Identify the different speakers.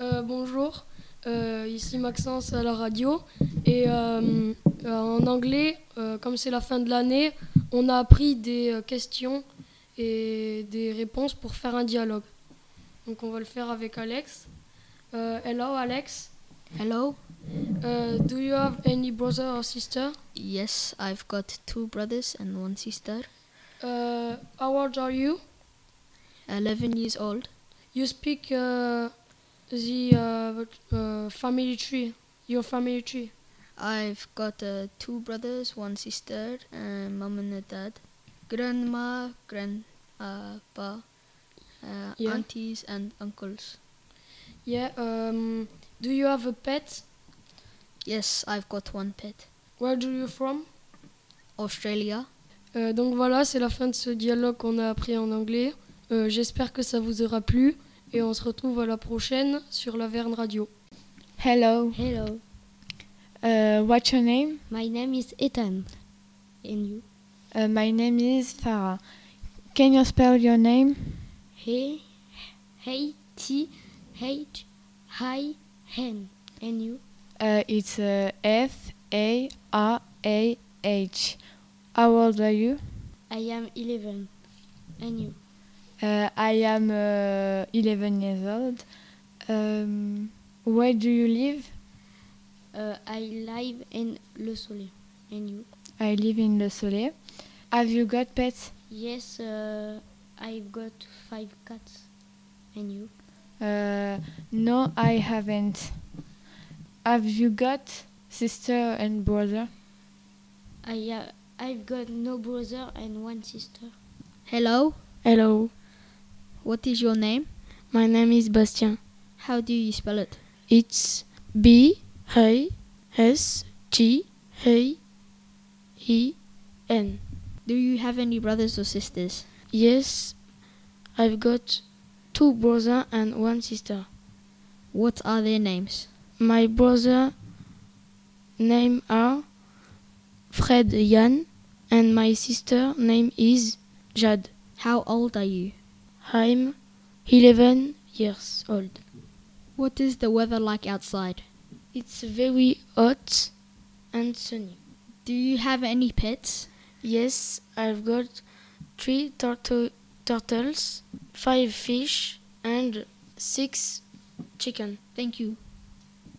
Speaker 1: Euh, bonjour, euh, ici Maxence à la radio. Et euh, euh, en anglais, euh, comme c'est la fin de l'année, on a appris des euh, questions et des réponses pour faire un dialogue. Donc on va le faire avec Alex. Euh, hello Alex,
Speaker 2: Hello.
Speaker 1: Uh, do you have any brother or sister?
Speaker 2: Yes, I've got two brothers and one sister.
Speaker 1: Uh, how old are you?
Speaker 2: 11 years old.
Speaker 1: You speak uh, the uh, uh, family tree, your family tree.
Speaker 2: I've got uh, two brothers, one sister, and mom and a dad. Grandma, grandpa, uh,
Speaker 1: Yeah.
Speaker 2: aunties, and uncles.
Speaker 1: Yeah. Um, do you have a pet?
Speaker 2: Yes, I've got one pet.
Speaker 1: Where do you from?
Speaker 2: Australia.
Speaker 1: Euh, donc voilà, c'est la fin de ce dialogue qu'on a appris en anglais. Euh, J'espère que ça vous aura plu et on se retrouve à la prochaine sur la Verne Radio.
Speaker 3: Hello.
Speaker 4: Hello,
Speaker 3: Uh, what's your name?
Speaker 4: my name is Ethan. And you?
Speaker 3: Uh, my name is Farah. Can you spell your name?
Speaker 4: Hey, hey, T, H, hi, hen. And you?
Speaker 3: Uh, it's uh, F A R A H. How old are you?
Speaker 4: I am 11. And you?
Speaker 3: Uh, I am uh, 11 years old. Um, where do you live?
Speaker 4: Uh, I live in Le Soleil. And you?
Speaker 3: I live in Le Soleil. Have you got pets?
Speaker 4: Yes, uh, I've got five cats. And you?
Speaker 3: Uh, no, I haven't. Have you got sister and brother?
Speaker 4: I uh, I've got no brother and one sister.
Speaker 2: Hello.
Speaker 5: Hello,
Speaker 2: What is your name?
Speaker 5: my name is Bastien.
Speaker 2: How do you spell it?
Speaker 5: It's B I S T A E N.
Speaker 2: Do you have any brothers or sisters?
Speaker 5: Yes, I've got two brothers and one sister.
Speaker 2: What are their names?
Speaker 5: My brother name are Fred Jan and my sister name is Jade.
Speaker 2: How old are you?
Speaker 5: I'm 11 years old.
Speaker 2: What is the weather like outside?
Speaker 5: It's very hot and sunny.
Speaker 2: Do you have any pets?
Speaker 5: Yes, I've got three turtle, turtles, five fish, and six chicken.
Speaker 2: Thank you.